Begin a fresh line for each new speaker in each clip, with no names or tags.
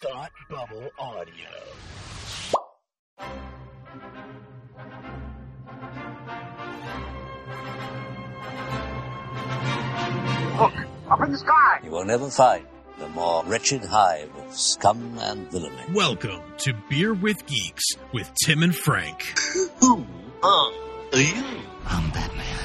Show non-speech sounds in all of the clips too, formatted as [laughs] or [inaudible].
Thought Bubble Audio.
Look, up in the sky.
You will never find the more wretched hive of scum and villainy.
Welcome to Beer with Geeks with Tim and Frank.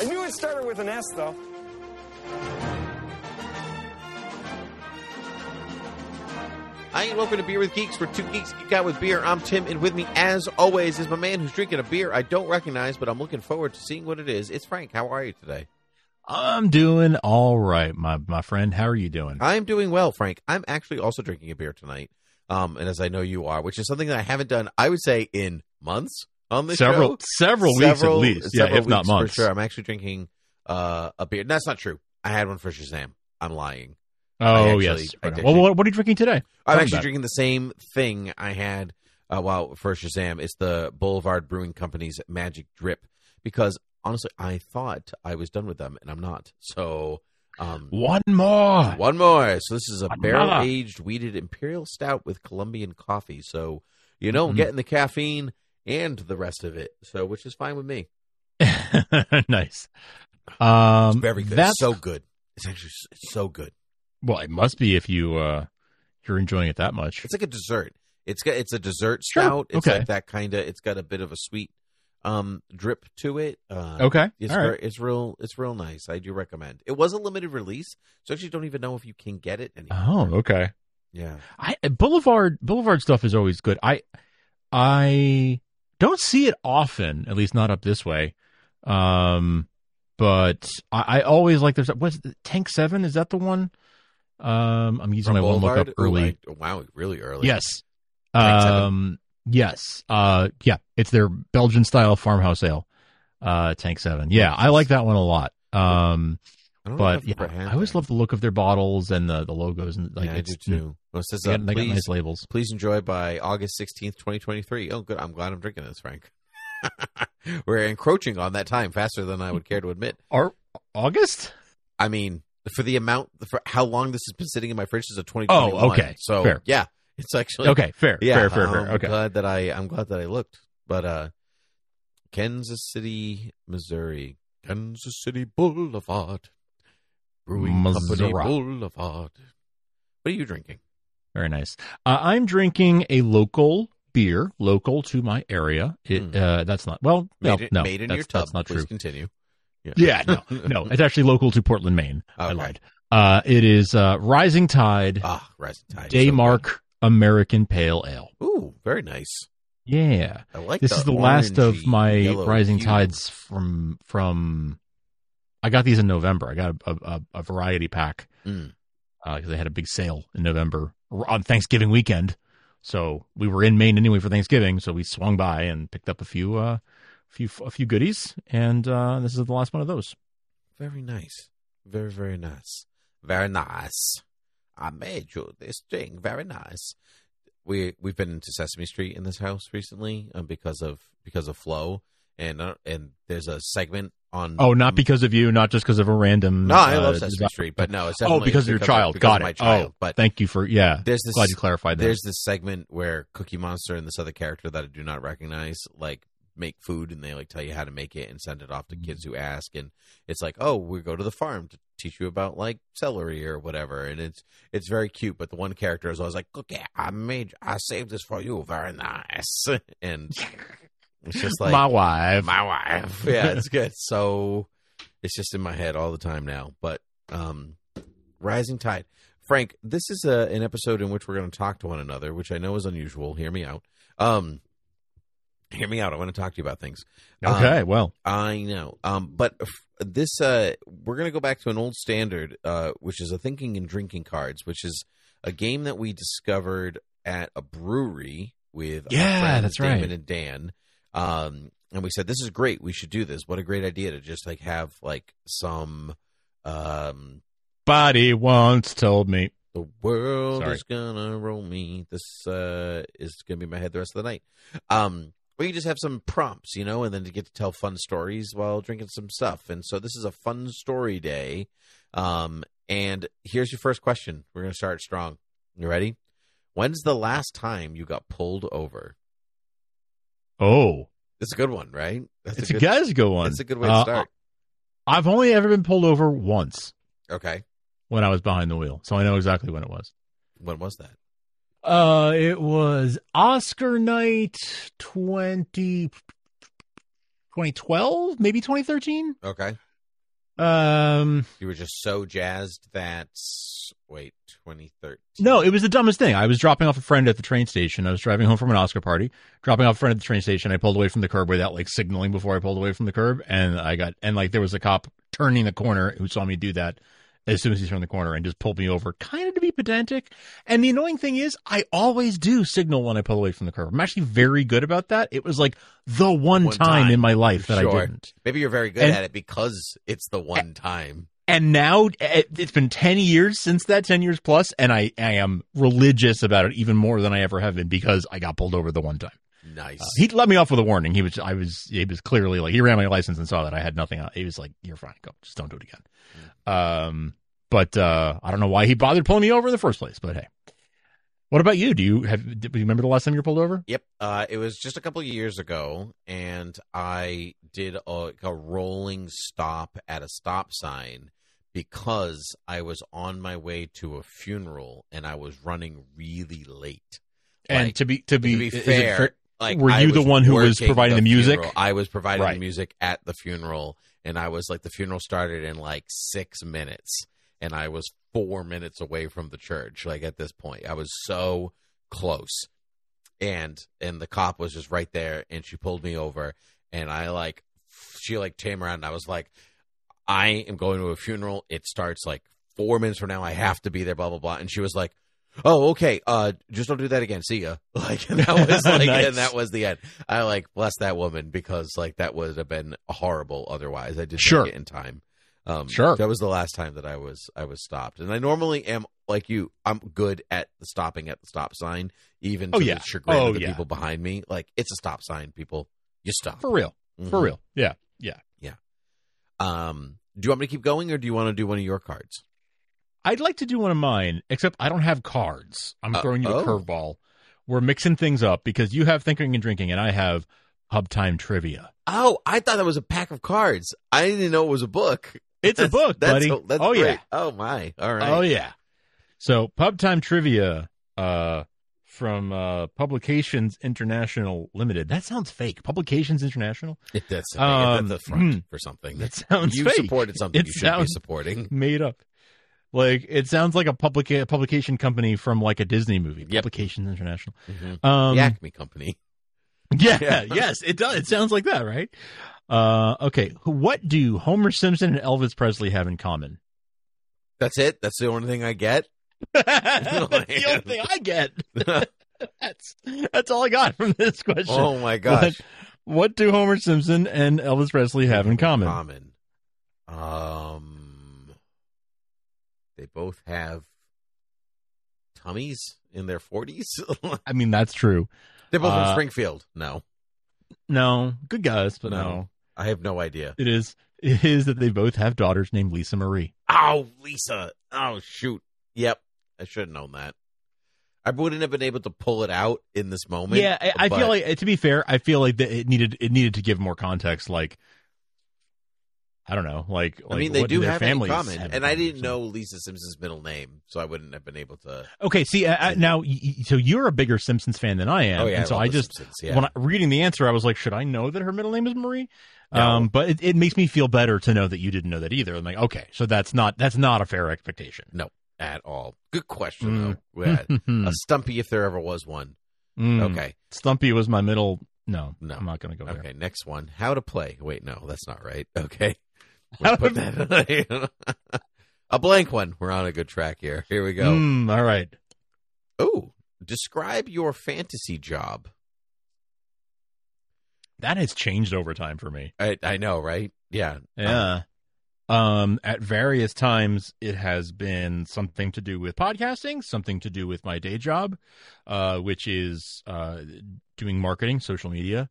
I knew it started with an S, though.
Hi, and welcome to Beer with Geeks, where two geeks geek out with beer. I'm Tim, and with me, as always, is my man who's drinking a beer I don't recognize, but I'm looking forward to seeing what it is. It's Frank. How are you today?
I'm doing all right, my my friend. How are you doing?
I'm doing well, Frank. I'm actually also drinking a beer tonight, um, and as I know you are, which is something that I haven't done, I would say, in months on this
Several
show.
several weeks at least, yeah,
several
if not
weeks
months.
For sure. I'm actually drinking uh, a beer. That's not true. I had one for Shazam. I'm lying. I
Oh
actually-
yes.
I did
Well,
drink-
what, what are you drinking today? Tell
I'm
me
actually
about it.
drinking the same thing I had uh, while for Shazam. It's the Boulevard Brewing Company's Magic Drip because honestly, I thought I was done with them, and I'm not. So, um,
one more.
one more. So this is a
One more.
barrel aged wheated imperial stout with Colombian coffee. So you know, I'm
Mhm.
getting the caffeine and the rest of it. So which is fine with me.
[laughs] nice. Um,
It's very good.
That's
It's so good. It's actually s- it's so good.
well. It must be if you uh, you're enjoying it that much.
It's like a dessert. It's got it's a dessert
Sure.
stout. It's
Okay.
like that kind of. It's got a bit of a sweet um drip to it. Uh,
okay.
It's
all
ver-
right.
it's real it's real nice. I do recommend. It was a limited release, so I actually don't even know if you can get it anymore.
Oh, okay.
yeah.
I Boulevard Boulevard stuff is always good. I I don't see it often, at least not up this way. Um, but I, I always like there's what's the- Tank Seven? Is that the one? Um, I'm using
From
my one look up
Boulevard? Ooh,
early.
I- wow, really early.
Yes.
Tank Seven.
Um, yes. Uh, yeah. It's their Belgian style farmhouse ale. Uh, Tank Seven. Yeah, I like that one a lot. Um,
I don't know
but
if I've
yeah,
ever had
I always
that.
love the look of their bottles and the the logos and like
yeah, I
it's
do too. Well, it says,
They
uh,
got, they got
please,
nice labels.
please enjoy by August sixteenth, twenty twenty three. Oh, good. I'm glad I'm drinking this, Frank. [laughs] We're encroaching on that time faster than I would care to admit.
Are August?
I mean, for the amount, for how long this has been sitting in my fridge is a 2021.
Oh, okay.
So
Fair.
yeah, it's actually
Okay, fair,
[laughs] Yeah, um, uh,
fair, fair,
I'm
fair. Okay,
glad that I I'm glad that I looked, but uh, Kansas City, Missouri, Kansas City Boulevard, Brewing Company
Missouri.
Boulevard. What are you drinking?
very nice. Uh, I'm drinking a local beer, local to my area. It,
Hmm.
uh, that's not well. no,
made, it-
no,
made in
that's,
your tub.
That's not
Please
true.
continue.
Yeah, no,
[laughs]
no. It's actually local to Portland, Maine. I
Okay.
lied. Uh, it is uh, Rising Tide
Ah, rising tide. so
Daymark American Pale Ale.
good. Ooh, very nice.
Yeah,
I like.
this
the
is the last of
orangey
my
yellow
Rising
hue.
Tides from from. I got these in November. I got a, a, a variety pack.
Mm.
because they had a big sale in November r- on Thanksgiving weekend. So we were in Maine anyway for Thanksgiving, so we swung by and picked up a few, uh, few, a few goodies, and uh, this is the last one of those.
Very nice. Very, very nice. Very nice. I made you this thing. Very nice. We we've been into Sesame Street in this house recently um, because of because of Flo and uh, and there's a segment on
Oh, not because of you, not just because of a random.
Mm-hmm. no I love
uh,
Sesame
design-
Street but no it's
Oh,
definitely
because of your child.
because
Got
of my
it.
child
Oh,
but
thank you for yeah.
there's this
Glad you clarified that.
there's this segment where Cookie Monster and this other character that I do not recognize like make food and they like tell you how to make it and send it off to kids who ask and it's like oh we go to the farm to teach you about like celery or whatever and it's it's very cute but the one character is always like cookie I made I saved this for you very nice [laughs] and it's just like
my wife.
my wife. [laughs] Yeah, it's good. So it's just in my head all the time now. But um Rising Tide. Frank, this is a, an episode in which we're going to talk to one another, which I know is unusual. Hear me out. Um hear me out. I want to talk to you about things.
okay, well,
I know. Um, but f- this, uh, we're going to go back to an old standard, uh, which is a thinking and drinking cards, which is a game that we discovered at a brewery with our
Yeah,
friends
that's
Damon
right.
and Dan. Um, and we said this is great. We should do this. What a great idea to just like have like some um
Body once told me.
the world
Sorry.
is gonna roll me. This uh, is gonna be in my head the rest of the night. Um, we can just have some prompts, you know, and then to get to tell fun stories while drinking some stuff. And so this is a fun story day. Um, and here's your first question. We're gonna start strong. You ready? When's the last time you got pulled over?
Oh,
It's a good one, right? That's
it's a, guys go one.
That's a good way to
Uh,
start.
I've only ever been pulled over once
okay,
when I was behind the wheel, so I know exactly when it was.
when was that?
Uh, it was Oscar night 20, 2012, maybe 2013.
Okay,
Um,
you were just so jazzed that wait, twenty thirteen?
no, it was the dumbest thing. I was dropping off a friend at the train station. I was driving home from an Oscar party, dropping off a friend at the train station. I pulled away from the curb without like signaling before I pulled away from the curb. And I got, and like there was a cop turning the corner who saw me do that as soon as he turned the corner and just pulled me over kind of to be pedantic. And the annoying thing is I always do signal when I pull away from the curb. I'm actually very good about that. It was like the one,
One
time,
time.
in my life that I
Sure.
didn't.
Maybe you're very good
And-
at it because it's the one time.
and now it- it's been 10 years since that 10 years plus and I, I am religious about it even more than i ever have been because i got pulled over the one time
Nice.
Uh, he let me off with a warning he was i was he was clearly like he ran my license and saw that i had nothing on he was like you're fine go just don't do it again
Mm.
um but uh i don't know why he bothered pulling me over in the first place but hey what about you do you have do you remember the last time you were pulled over
yep. Uh, it was just a couple of years ago, and I did a, like a rolling stop at a stop sign because I was on my way to a funeral and I was running really late.
and
Like,
to be to be,
to be
is it
fair,
fair-
like
were
I
you the one who was
working
providing the music?
funeral. I was providing
Right.
the music at the funeral, and I was like, the funeral started in like six minutes, and I was four minutes away from the church. Like at this point, I was so close, and and the cop was just right there, and she pulled me over, and I like, she like came around, and I was like, I am going to a funeral. It starts like four minutes from now. I have to be there. Blah blah blah. And she was like, "Oh, okay. Uh, just don't do that again. See ya." [laughs] Like and that
[laughs]
was like,
Nice.
and that was the end. I like bless that woman because like that would have been horrible otherwise. I did
Sure.
make it in time. Um,
Sure.
That was the last time that I was I was stopped, and I normally am like you. I'm good at stopping at the stop sign, even to
Oh, yeah.
the chagrin
Oh,
of the
yeah.
people behind me. Like it's a stop sign, people. You stop
for real for
Mhm.
real yeah
Um, do you want me to keep going, or do you want to do one of your cards?
I'd like to do one of mine, except I don't have cards. I'm
Uh,
throwing you
oh.
a curveball. We're mixing things up because you have thinking and drinking, and I have hub time trivia.
Oh, I thought that was a pack of cards. I didn't know it was a book.
It's a
That's-
book,
that's,
buddy.
That's
oh
great.
yeah,
Oh my. All right.
oh yeah. So pub time trivia uh, from uh, Publications International Limited. That sounds fake. Publications International.
It, that's a-
Um,
that's the front for something. [laughs]
That sounds
you
fake.
supported something
It
you should be
sounds-
supporting.
made up. Like it sounds like a publica- publication company from like a Disney movie.
Yep.
Publications International.
Mhm.
Um,
the Acme Company.
[laughs] Yeah,
Yeah.
yes, it does. It sounds like that, right? Uh, okay, what do Homer Simpson and Elvis Presley have in
[laughs]
common? [laughs]
That's it. That's the only thing I get. [laughs]
that's the only thing I get. that's that's all I got from this question.
oh my gosh.
What, what do Homer Simpson and Elvis Presley have in common?
Common. Um, they both have tummies in their forties. [laughs]
I mean, that's true.
They're both
Uh,
from Springfield. No,
No, good guys, but
No.
no.
I have no idea.
it is it is that they both have daughters named Lisa Marie.
Oh, Lisa. Oh, shoot. Yep. I should have known that. I wouldn't have been able to pull it out in this moment.
yeah, I, I
but-
feel like to be fair, I feel like that it needed it needed to give more context. Like, I don't know, like,
I
like,
mean, they
what
do
their
have it in
families
common,
have in
and I
common or
didn't
something.
know Lisa Simpson's middle name, so I wouldn't have been able to.
Okay, see I, I, now, y- y- so you're a bigger Simpsons fan than I am, and so
love
I
The
just
Simpsons, Oh, yeah.
when I, reading the answer, I was like, should I know that her middle name is Marie?
No.
Um, but it, it makes me feel better to know that you didn't know that either. I'm like, okay, so that's not that's not a fair expectation.
at all. Good question
[laughs] Mm.
though. Yeah. a stumpy if there ever was one.
Mm.
Okay,
Stumpy was my middle. No,
No.
I'm not going to go there.
okay. Next one. How to play? Wait, no, that's not right.
[laughs]
Okay,
How
We'll
to-
put that. [laughs] a blank one. We're on a good track here. Here we go.
Mm, all right.
Oh, Describe your fantasy job.
That has changed over time for me.
I, I know, right? Yeah.
Yeah. Um, at various times, it has been something to do with podcasting, something to do with my day job, uh, which is uh, doing marketing, social media.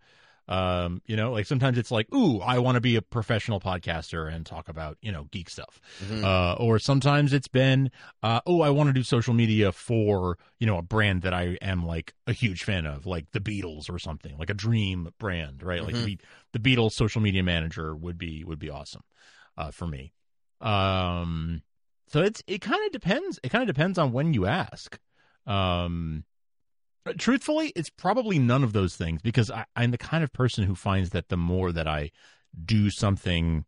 Um, you know, like sometimes it's like, ooh, I want to be a professional podcaster and talk about, you know, geek stuff.
Mhm.
Uh, or sometimes it's been, uh, oh, I want to do social media for, you know, a brand that I am like a huge fan of, like the Beatles or something, like a dream brand, right? Like the, the Beatles social media manager would be, would be awesome, uh, for me. Um, so it's, it kind of depends. It kind of depends on when you ask. Um, but truthfully, it's probably none of those things because I, I'm the kind of person who finds that the more that I do something,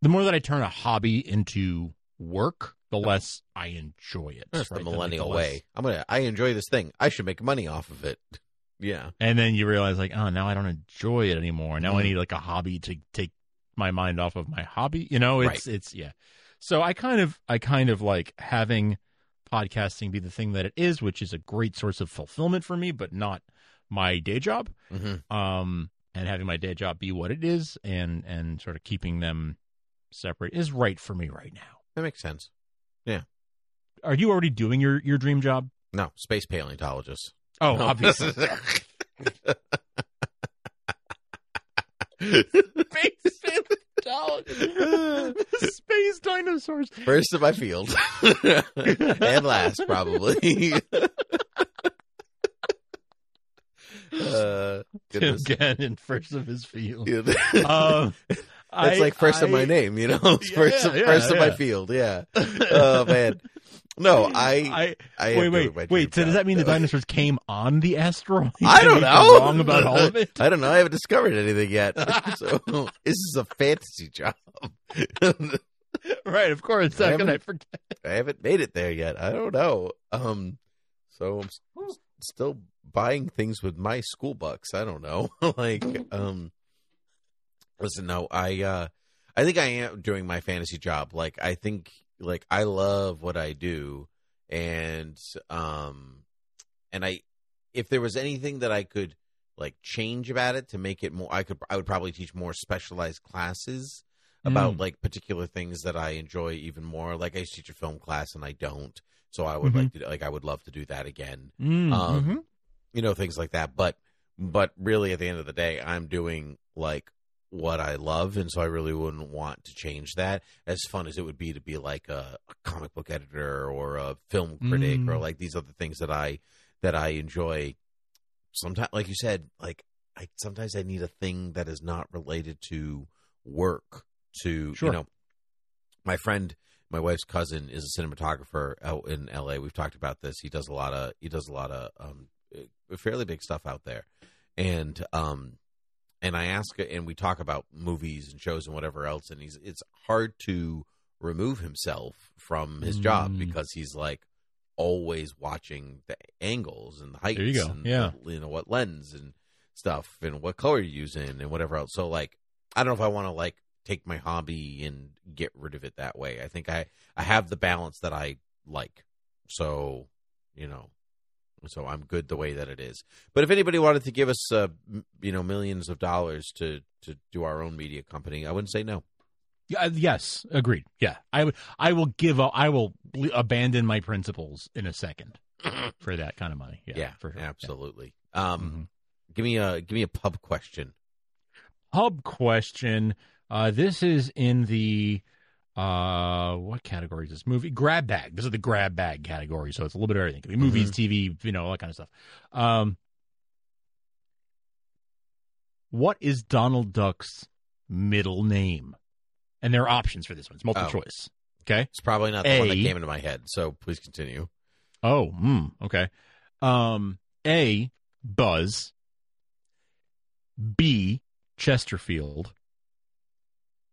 the more that I turn a hobby into work, the less I enjoy it.
That's
right?
the millennial
less-
way. I'm gonna. I enjoy this thing. I should make money off of it. [laughs] Yeah.
And then you realize, like, oh, now I don't enjoy it anymore. Now I
Mhm.
need like a hobby to take my mind off of my hobby. You know, it's it's yeah. So I kind of I kind of like having podcasting be the thing that it is, which is a great source of fulfillment for me, but not my day job.
Mm-hmm.
um, and having my day job be what it is and and sort of keeping them separate is right for me right now.
That makes sense.
Are you already doing your your dream job?
No, space [laughs] paleontologist.
[laughs] Oh,
No.
obviously.
[laughs]
Space paleontologist. Space dinosaurs.
First in my [laughs] field, and last probably. [laughs] uh, goodness.
Again, in first of his
[laughs]
field.
Yeah.
Um,
That's
I-
like first of
I- [laughs]
my name, you know. [laughs] It's
Yeah,
first,
yeah,
first of
yeah.
my
[laughs]
field. Yeah. Oh man. No, I.
I,
I am
wait,
doing my
wait,
dream
wait. So does
job,
that mean the
though.
dinosaurs came on the asteroid?
[laughs]
[laughs]
I
And
don't
we
know.
were Wrong about all of
[laughs]
it.
[laughs] I don't know. I haven't discovered anything
[laughs]
yet. [laughs] so this is a fantasy job. [laughs] I
right, of course. How
I
can
haven't-
I forget?
haven't made it there yet. I don't know. Um, so I'm s- still buying things with my school bucks. I don't know. [laughs] like, um, listen, no, I, uh, I think I am doing my fantasy job. Like, I think, like, I love what I do, and um, and I, if there was anything that I could like change about it to make it more, I could, I would probably teach more specialized classes [laughs] about
Mm.
like particular things that I enjoy even more. Like, I used to teach a film class, and I don't, so I
Mm-hmm.
would like to, like, I would love to do that again
Mm,
Um,
mhm.
you know things like that but but really at the end of the day i'm doing like what i love and so i really wouldn't want to change that as fun as it would be to be like a, a comic book editor or a film critic
Mm.
or like these other things that i that i enjoy sometimes like you said like i sometimes i need a thing that is not related to work to you
Sure.
know my friend my wife's cousin is a cinematographer out in LA. We've talked about this. He does a lot of he does a lot of um, uh, fairly big stuff out there, and um, and I ask and we talk about movies and shows and whatever else. And he's it's hard to remove himself from his job
Mm.
because he's like always watching the angles and the heights.
There you go.
And
Yeah.
the- you know what lens and stuff and what color you're using and whatever else. So like I don't know if I want to like take my hobby and get rid of it that way. I think I I have the balance that I like. So, you know, so I'm good the way that it is. But if anybody wanted to give us uh, m- you know millions of dollars to to do our own media company, I wouldn't say no.
Yeah, uh, yes, agreed. Yeah, I would. I will give up. I will bl- abandon my principles in a
[laughs]
second for that kind of money. Yeah, Mm-hmm. for sure.
absolutely.
Yeah.
Um give me a give me a pub question.
Hub question. Uh, this is in the uh, what category is this movie? Grab bag. This is the grab bag category, so it's a little bit of everything. It could be movies, TV, you know, all that kind of stuff. Um, what is Donald Duck's middle name? And there are options for this one. It's multiple
Oh.
choice. Okay.
It's probably not the one that
A.
came into my head, so please continue.
Oh, mm, okay. Um, A. Buzz. B. Chesterfield.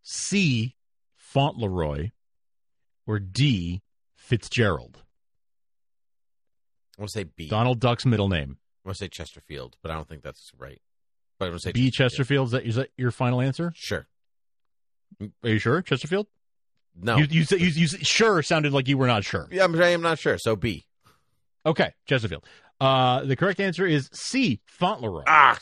C. Fauntleroy, or D. Fitzgerald.
I want to say B. I
Donald Duck's middle name.
want to say Chesterfield, but I don't think that's right. But I'm going to say
B. Chesterfield. Is that, is that your final answer?
Sure.
Are you sure, Chesterfield?
No.
You, you, said- you, you said- sure sounded like you were not sure.
yeah, I'm, I'm not sure. So B.
Okay, Chesterfield. Uh, the correct answer is C. Fauntleroy.
Ah,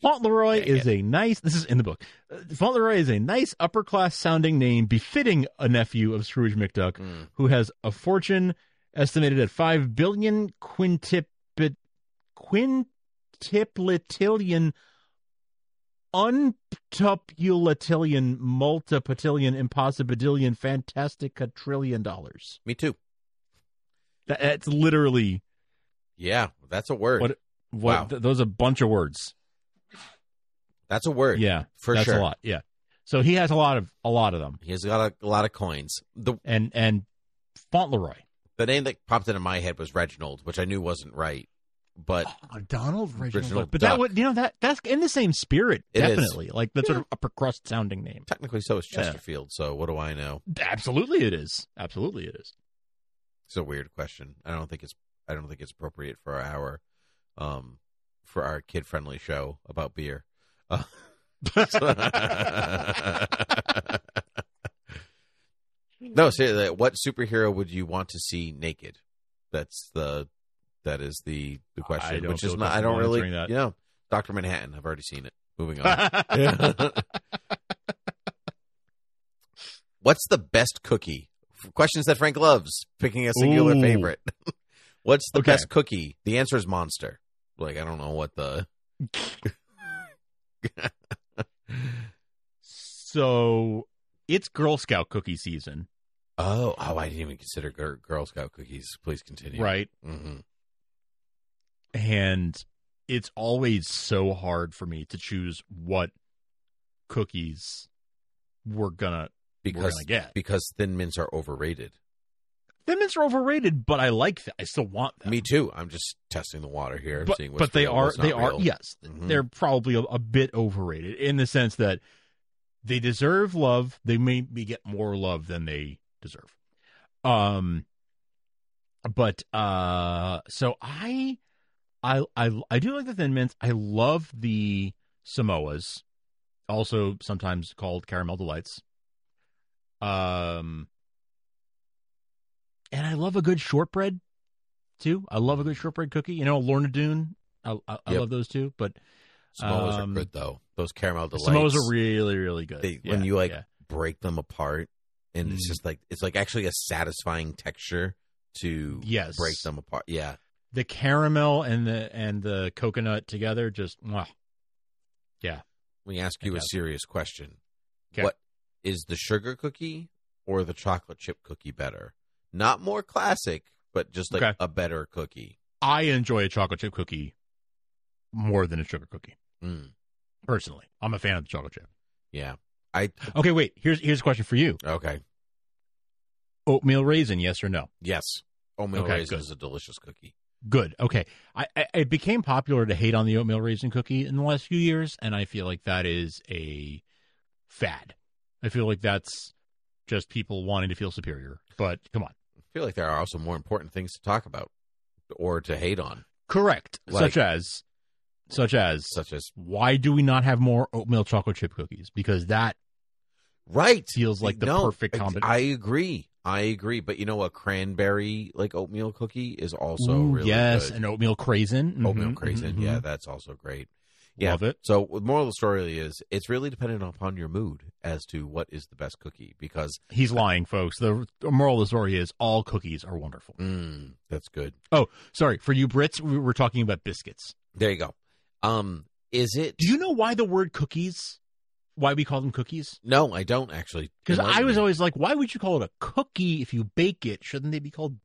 Fauntleroy
Dang
is a nice. This is in the book. Uh, Fauntleroy is a nice upper class sounding name befitting a nephew of Scrooge McDuck,
Mm.
who has a fortune estimated at five billion quintipit quintiplitillion untupulitillion multipatillion impossibilillion fantastica trillion dollars.
me too.
That, that's literally
Yeah, that's a word.
What- what.
Wow.
th- those are a bunch of words.
that's a word.
Yeah,
for
that's
sure.
a lot. Yeah, so he has a lot of a lot of them,
He's got a, a lot of coins. The
and and Fauntleroy,
the name that popped into my head was Reginald, which I knew wasn't right, but
Donald Reginald,
Reginald
Duck. but
Duck.
that would you know that that's in the same spirit,
It is.
definitely like that sort of upper crust sounding name.
technically so is
Yeah.
Chesterfield. So what do I know?
Absolutely, it is. Absolutely, it is.
It's a weird question. I don't think it's I don't think it's appropriate for our um for our kid friendly show about beer. [laughs] Uh, no, seriously, what superhero would you want to see naked? That's the that is the the question,
I don't
which is
feel
not. I don't
comfortable
really,
answering that.
you know, Doctor Manhattan. I've already seen it.
[laughs]
Moving on. Yeah. [laughs] What's the best cookie? Questions that Frank loves. Picking a singular
Ooh.
favorite. [laughs] What's the
Okay.
best cookie? The answer is monster. Like I don't know what
[laughs]
the
so it's Girl Scout cookie season,
oh oh I didn't even consider Girl, Girl Scout cookies. Please continue.
right?
Mm-hmm.
And it's always so hard for me to choose what cookies we're gonna we're
Because
gonna get.
because thin mints are overrated.
Thin mints are overrated, but I like that. I still want them.
Me too. I'm just testing the water here,
but,
seeing what's
but they
real,
are
what's not
they are
real.
yes
Mhm.
they're probably a, a bit overrated in the sense that they deserve love. They maybe get more love than they deserve. Um, but uh, so I, I, I, I do like the Thin Mints. I love the Samoas, also sometimes called caramel delights. Um, and I love a good shortbread too. I love a good shortbread cookie. You know, Lorna Doone. I, I, I
Yep.
love those too, but
Samoas
um,
are good though. Those caramel delights.
Samoas are really, really good.
they,
Yeah,
when you like
yeah.
break them apart and it's
Mm.
just like it's like actually a satisfying texture to
Yes.
break them apart yeah
the caramel and the and the coconut together, just mwah.
let me ask you a
Fantastic.
serious question
Okay.
what is the sugar cookie or the chocolate chip cookie better not more classic but just like
Okay.
a better cookie
I enjoy a chocolate chip cookie more than a sugar cookie.
mm.
Personally, I'm a fan of the chocolate chip.
yeah i
Okay, wait. Here's here's a question for you:
okay
oatmeal raisin, yes or no?
yes oatmeal
Okay,
raisin
good.
is a delicious cookie
Good. Okay. I, I it became popular to hate on the oatmeal raisin cookie in the last few years, and I feel like that is a fad. I feel like that's just people wanting to feel superior. But come on.
i feel like there are also more important things to talk about or to hate on
Correct.
Like-
such as, such as,
such as
why do we not have more oatmeal chocolate chip cookies? Because that
Right.
Feels like the perfect
I-
combination.
I agree. I agree. But you know what? Cranberry like oatmeal cookie is also
Ooh,
really
yes,
good.
and oatmeal craisin, Mhm,
oatmeal craisin.
mhm,
Yeah,
mhm.
that's also great. Yeah.
love it.
So the moral of the story is it's really dependent upon your mood as to what is the best cookie because
He's lying, folks. The the moral of the story is all cookies are wonderful.
mm, that's good.
Oh, sorry for you Brits, we were talking about biscuits.
There you go. Um is it
Do you know why the word cookies? Why we call them cookies?
No, I don't actually.
Because
Enlighten
I was
me.
always like, why would you call it a cookie if you bake it? Shouldn't they be called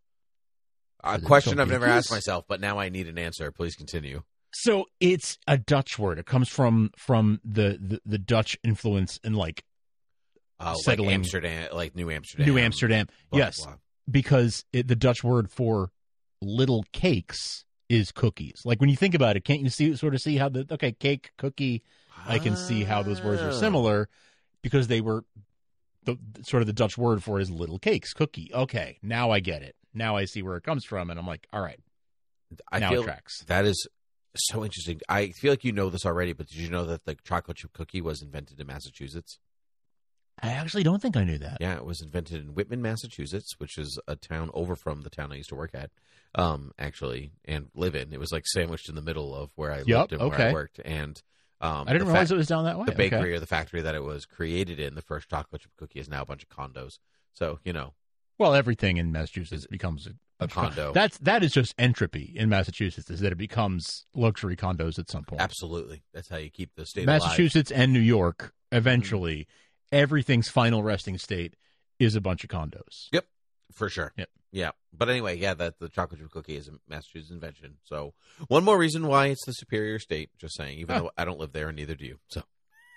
a question I've
Cookies?
never asked myself, but now I need an answer. Please continue.
So it's a Dutch word. It comes from from the the, the Dutch influence in like
Uh, like
Settling.
Amsterdam, like New Amsterdam,
New Amsterdam.
blah,
yes,
blah.
because it, the Dutch word for little cakes is cookies. Like when you think about it, can't you see sort of see how the okay cake cookie? I can see how those words are
Ah.
similar because they were the sort of the Dutch word for is little cakes cookie. Okay, now I get it. Now I see where it comes from, and I'm like, all right,
I
now
feel
it tracks.
that is so interesting. I feel like you know this already, but did you know that the chocolate chip cookie was invented in Massachusetts?
I actually don't think I knew that.
Yeah, it was invented in Whitman, Massachusetts, which is a town over from the town I used to work at, um, actually, and live in. It was like sandwiched in the middle of where I
Yup,
lived and where
okay.
I worked. And um,
I didn't
the
realize
fact-
it was down that way.
The
Okay.
bakery or the factory that it was created in, the first chocolate chip cookie, is now a bunch of condos. So you know,
Well, everything in Massachusetts becomes a,
a condo.
That's that is just entropy in Massachusetts is that it becomes luxury condos at some point.
absolutely, that's how you keep the state alive. Mm-hmm.
Massachusetts and New York eventually everything's final resting state is a bunch of condos.
Yep, for sure.
Yep.
Yeah, but anyway, yeah, that the chocolate chip cookie is a Massachusetts invention. So one more reason why it's the superior state. Just saying, even
Huh.
though I don't live there and neither do you. So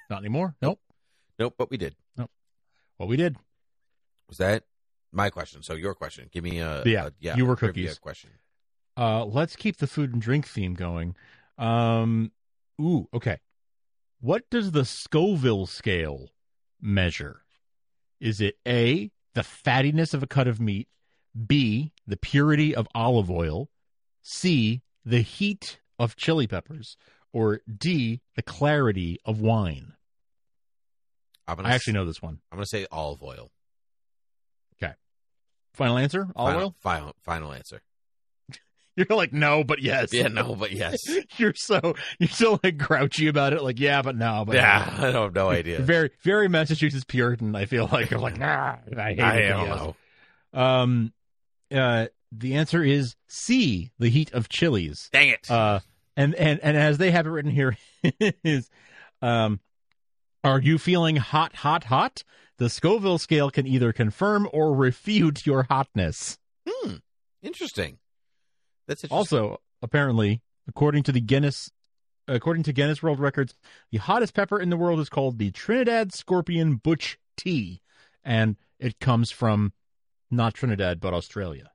Not anymore. Nope.
nope, but we did.
Well, we did.
Was that my question? So your question? Give me a
Yeah,
a- yeah
you were
a trivia
cookies.
question.
Uh, let's keep the food and drink theme going. Um, ooh, okay. What does the Scoville scale measure? Is it A, the fattiness of a cut of meat, B, the purity of olive oil, C, the heat of chili peppers, or D, the clarity of wine?
I'm gonna
I actually
s-
know this one.
I'm gonna say olive oil.
Final answer? Olive
final,
oil?
Final final answer.
[laughs] You're like, no, but yes.
Yeah, no, but yes.
[laughs] You're so you're so like grouchy about it, like yeah, but no, but
yeah, I
[laughs]
don't have no idea.
Very, very Massachusetts Puritan. I feel like you're like, nah, I hate
I
it.
don't know.
Um, uh, the answer is C, the heat of chilies.
Dang it.
Uh, and and and as they have it written here [laughs] is, um, are you feeling hot, hot, hot? The Scoville scale can either confirm or refute your hotness.
hmm. Interesting. That's interesting.
Also, apparently, according to the Guinness, according to Guinness World Records, the hottest pepper in the world is called the Trinidad Scorpion Butch Tea, and it comes from not Trinidad but Australia.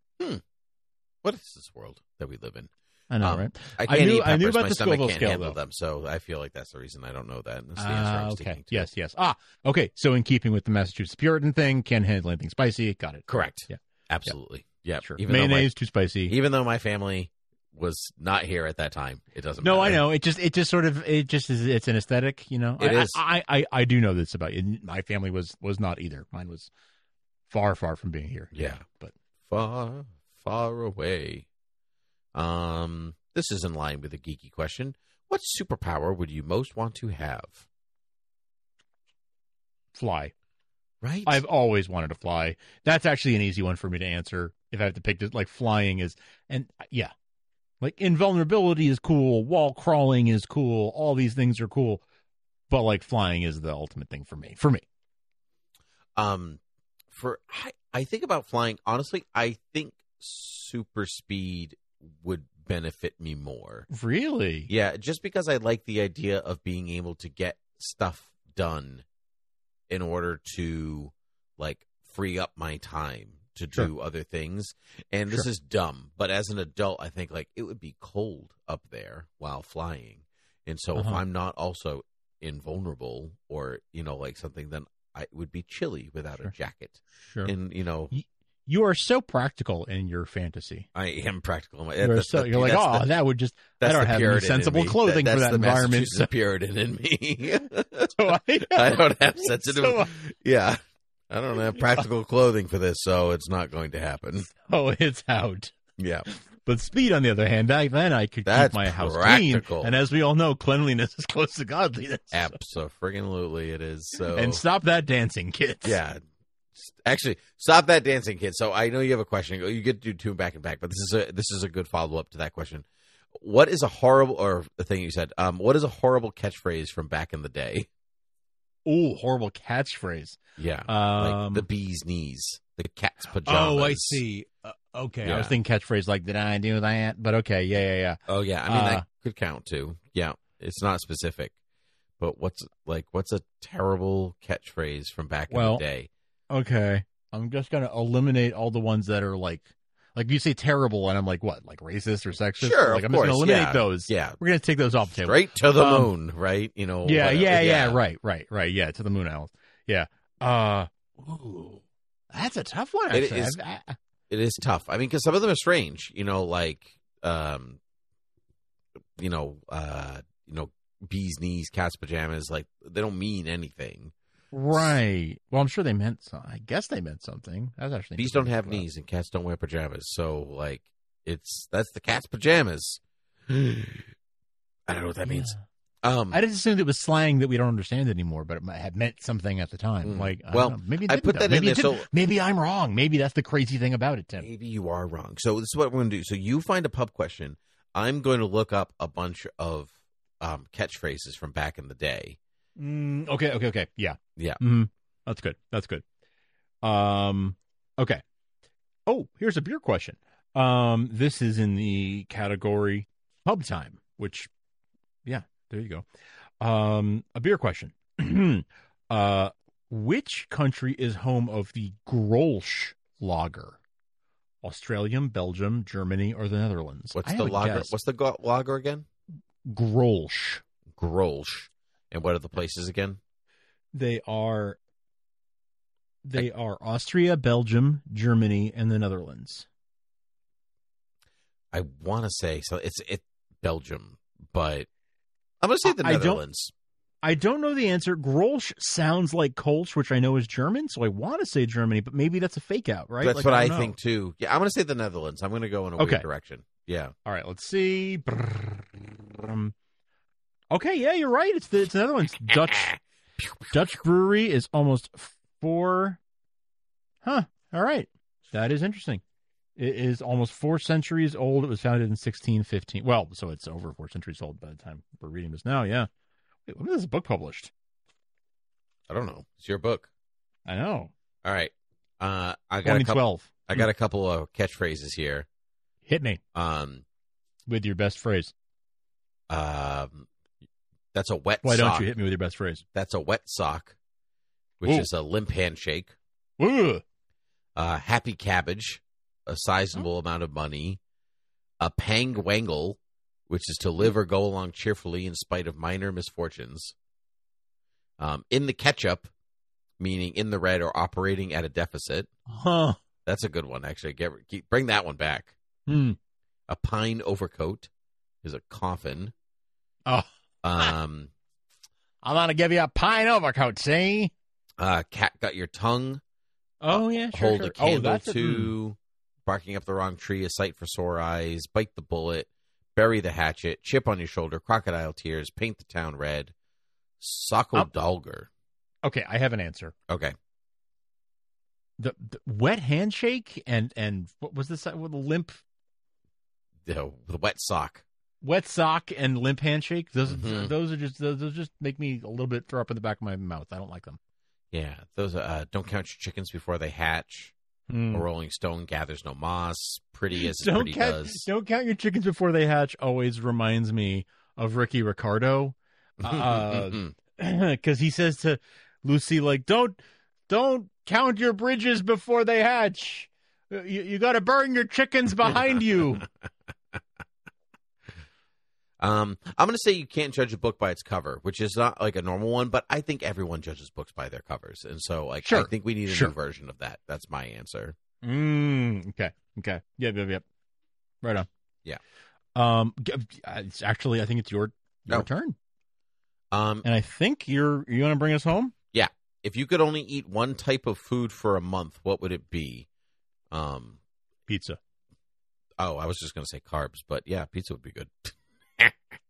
what is this world that we live in?
I know,
Um,
right?
I
I
can't
knew-
eat peppers.
I knew about
My
the
stomach
Scoville
can't
scale,
handle
though.
them, so I feel like that's the reason I don't know that. and That's the answer
Ah,
I'm
okay.
sticking to.
Yes, yes. Ah, okay. So, in keeping with the Massachusetts Puritan thing, can't handle anything spicy. Got it.
Correct.
Yeah.
Absolutely. Yeah.
Sure.
Even
Mayonnaise too
Though
spicy.
my, even though my family was not here at that time, it doesn't.
No, I
matter.
know. It just it just sort of it just is it's an aesthetic, you know.
It
I,
is.
I, I I do know this about you. My family was was not either. Mine was far far from being here.
Yeah.
but
Far, far away. Um, this is in line with a geeky question. What superpower would you most want to have?
fly.
Right.
I've always wanted to fly. That's actually an easy one for me to answer if I have to pick this like flying is and yeah. Like invulnerability is cool, wall crawling is cool, all these things are cool. But like flying is the ultimate thing for me. For me.
um for I, I think about flying honestly i think super speed would benefit me more
Really?
yeah just because i like the idea of being able to get stuff done in order to like free up my time to
Sure.
do other things and this
Sure.
is dumb but as an adult i think like it would be cold up there while flying and so if
Uh-huh.
i'm not also invulnerable or you know like something then i it would be chilly without
Sure.
a jacket
Sure.
and you know
you are so practical in your fantasy.
I am practical. My-
You're,
that's
so,
the-
you're like,
that's
oh,
the-
that would just.
that's
don't
the
have any
Puritan in
sensible
me.
clothing for
that's
that
the
environment,
Massachusetts
so-
Puritan in me.
[laughs] So I,
I don't have sensitive.
So,
[laughs] yeah, I don't have practical clothing for this, so it's not going to happen.
oh, it's out.
Yeah,
But speed, on the other hand, back then I could
That's
keep my house
practical.
clean, and as we all know, cleanliness is close to godliness.
absolutely, it is. So
And stop that dancing, kids.
oh. Yeah. Actually, stop that dancing, kid. So I know you have a question. You get to do two back and back, but this is a this is a good follow up to that question. What is a horrible or the thing you said? Um, what is a horrible catchphrase from back in the day?
Ooh, horrible catchphrase.
Yeah,
Um,
like the bee's knees, the cat's pajamas.
oh, I see. Uh, okay, I was
Yeah.
thinking catchphrase like, "Did I do that?" But okay, yeah, yeah, yeah.
Oh yeah, I mean
Uh,
that could count too. Yeah, it's not specific, but what's like what's a terrible catchphrase from back
Well,
in the day?
Okay. I'm just gonna eliminate all the ones that are like like you say terrible and I'm like what, like racist or sexist?
Sure,
Like I'm
of course.
just gonna eliminate
yeah.
those.
Yeah,
We're gonna take those off the table.
straight to the
Um,
moon, right? You know.
Yeah,
whatever.
yeah, yeah, right, right, right. Yeah, to the moon owl. Yeah. Uh ooh, that's a tough one
It
actually.
is-
I- I-
it is tough. I mean, because some of them are strange. You know, like, um, you know, uh, you know, bees knees, cat's pajamas. Like they don't mean anything.
Right. Well, I'm sure they meant. Some, I guess they meant something. That's actually
Bees don't
interesting.
have knees and cats don't wear pajamas. So like it's that's the cat's pajamas. [gasps] I don't know what that means. Um
I just assumed it was slang that we don't understand anymore, but it might have meant something at the time.
Mm.
Like, I
Well,
don't know. maybe it
I
didn't,
put
though.
that in
maybe it
there,
didn't.
so-
maybe I'm wrong. Maybe that's the crazy thing about it, Tim.
maybe you are wrong. So this is what we're gonna do. So you find a pub question. I'm going to look up a bunch of um catchphrases from back in the day.
Mm, okay, okay, okay. Yeah.
Yeah.
Mhm. That's good. That's good. Um, okay. Oh, here's a beer question. Um, this is in the category pub time, which, yeah, there you go. Um, a beer question. [clears throat] uh, which country is home of the Grolsch lager? Australian, Belgium, Germany, or the Netherlands?
What's
I
the
have a
lager?
guess.
What's the go- lager again?
Grolsch?
Grolsch. And what are the places again?
They are they are Austria, Belgium, Germany, and the Netherlands.
I want to say so. It's it Belgium, but I'm going to say the
I- I don't-
Netherlands.
I don't know the answer. Grolsch sounds like Kolsch, which I know is German, so I want to say Germany, but maybe that's a fake out, right?
That's
Like,
what
I
I,
don't know.
think too. Yeah, I'm going to say the Netherlands. I'm going to go in a
Okay.
weird direction. Yeah,
All right, let's see. Brrrrum. Okay, yeah, you're right. It's the it's another one. It's Dutch Dutch brewery is almost four. Huh. All right, that is interesting. It is almost four centuries old. It was founded in 1615. Well, so it's over four centuries old by the time we're reading this now. Yeah. Wait, when was this book published?
I don't know. It's your book.
I know.
All right. Uh, I got a couple.
2012.
I got a couple of catchphrases here.
Hit me
Um,
with your best phrase.
um, that's a wet.
Why
sock.
don't you hit me with your best phrase?
That's a wet sock, which
Ooh.
is a limp handshake.
Ugh.
Uh, happy cabbage, a sizable amount of money. A pang wangle, which is to
Hmm.
live or go along cheerfully in spite of minor misfortunes. Um, in the ketchup, meaning in the red or operating at a deficit.
Huh.
That's a good one, actually. Get keep, bring that one back.
Hmm.
A pine overcoat is a coffin.
Oh,
Um,
I'm gonna give you a pine overcoat. See?
uh, cat got your tongue.
Oh yeah, sure.
hold
sure.
a candle
oh, that's a- mm.
to. Barking up the wrong tree, a sight for sore eyes. Bite the bullet. Bury the hatchet. Chip on your shoulder. Crocodile tears. Paint the town red. Socko
Up.
Dolger.
Okay, I have an answer.
Okay.
The, the wet handshake and and what was this? Well, the limp
The, the wet sock.
wet sock and limp handshake. Those
Mhm.
those are just those, those just make me a little bit throw up in the back of my mouth. I don't like them.
Yeah. Those uh, don't count your chickens before they hatch. A rolling stone gathers no moss. Pretty as his
Mm. Don't
Hmm. pretty
count,
does.
don't count your chickens before they hatch. Always reminds me of Ricky Ricardo. [clears throat]
[laughs]
uh, because he says to Lucy, like, don't don't count your bridges before they hatch. You, you got to burn your chickens
[laughs]
behind you.
um, I'm gonna say you can't judge a book by its cover, which is not like a normal one, but I think everyone judges books by their covers, and so like I
Sure.
think we need a
Sure.
new version of that. That's my answer.
Mm, okay. Okay. Yep. Yep. Yep. Right on.
Yeah.
Um. g- uh, It's actually, I think it's your your
No.
turn,
Um,
and I think you're you want to bring us home.
if you could only eat one type of food for a month, what would it be? Um,
Pizza.
oh, I was just gonna say carbs, but yeah, pizza would be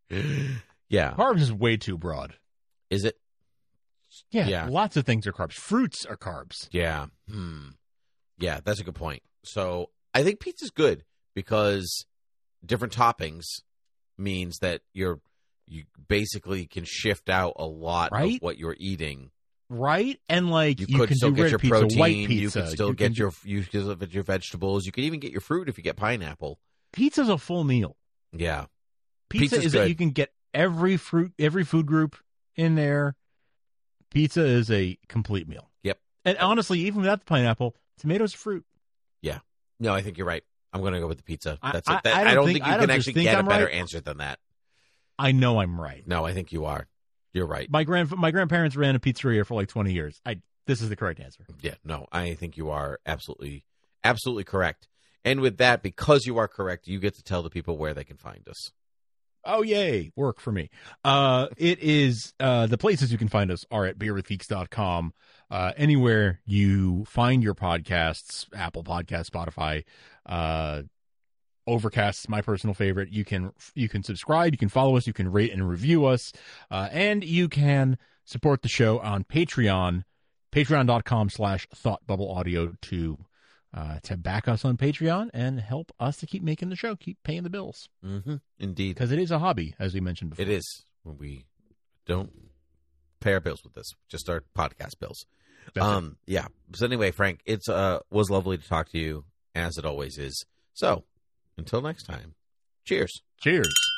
good. [laughs] yeah,
Carbs is way too broad.
is it?
Yeah.
Yeah.
Lots of things are carbs. Fruits are carbs.
Yeah. Hmm. Yeah, that's a good point. So I think pizza's good because different toppings means that you're you basically can shift out a lot of
Right?
what you're eating.
Right. And like
You,
you,
could
can
still
do
get
red
your
pizza,
protein.
white
You
pizza.
could still
you
get
can do-
your you could still get your vegetables. You could even get your fruit if you get pineapple.
pizza is a full meal.
Yeah.
Pizza
Pizza's
is
good.
that you can get every fruit, every food group in there. Pizza is a complete meal.
Yep.
And honestly, even without the pineapple, tomatoes are fruit.
No, I think you're right. I'm going to go with the pizza.
I-
That's
I-
it. That-
I
I
don't
don't
think-
think
I
you
don't
can
just
actually
think
get a
I'm
better
right.
answer than that.
I know I'm right.
No, I think you are. You're right.
My grand my grandparents ran a pizzeria for like 20 years. I this is the correct answer.
Yeah, no, I think you are absolutely, absolutely correct. And with that, because you are correct, you get to tell the people where they can find us.
Oh yay, work for me. Uh it is uh the places you can find us are at beerwithgeeks.com. Uh anywhere you find your podcasts, Apple Podcasts, Spotify, uh Overcast is my personal favorite. You can you can subscribe, you can follow us, you can rate and review us, uh, and you can support the show on Patreon, patreon.com slash thought bubble audio to uh, to back us on Patreon and help us to keep making the show, keep paying the bills.
Mm-hmm. Indeed,
Because it is a hobby, as we mentioned before.
it is. We don't pay our bills with this; just our podcast bills.
That's it.
um, yeah. So anyway, Frank, it's uh was lovely to talk to you as it always is. So until next time, cheers.
Cheers.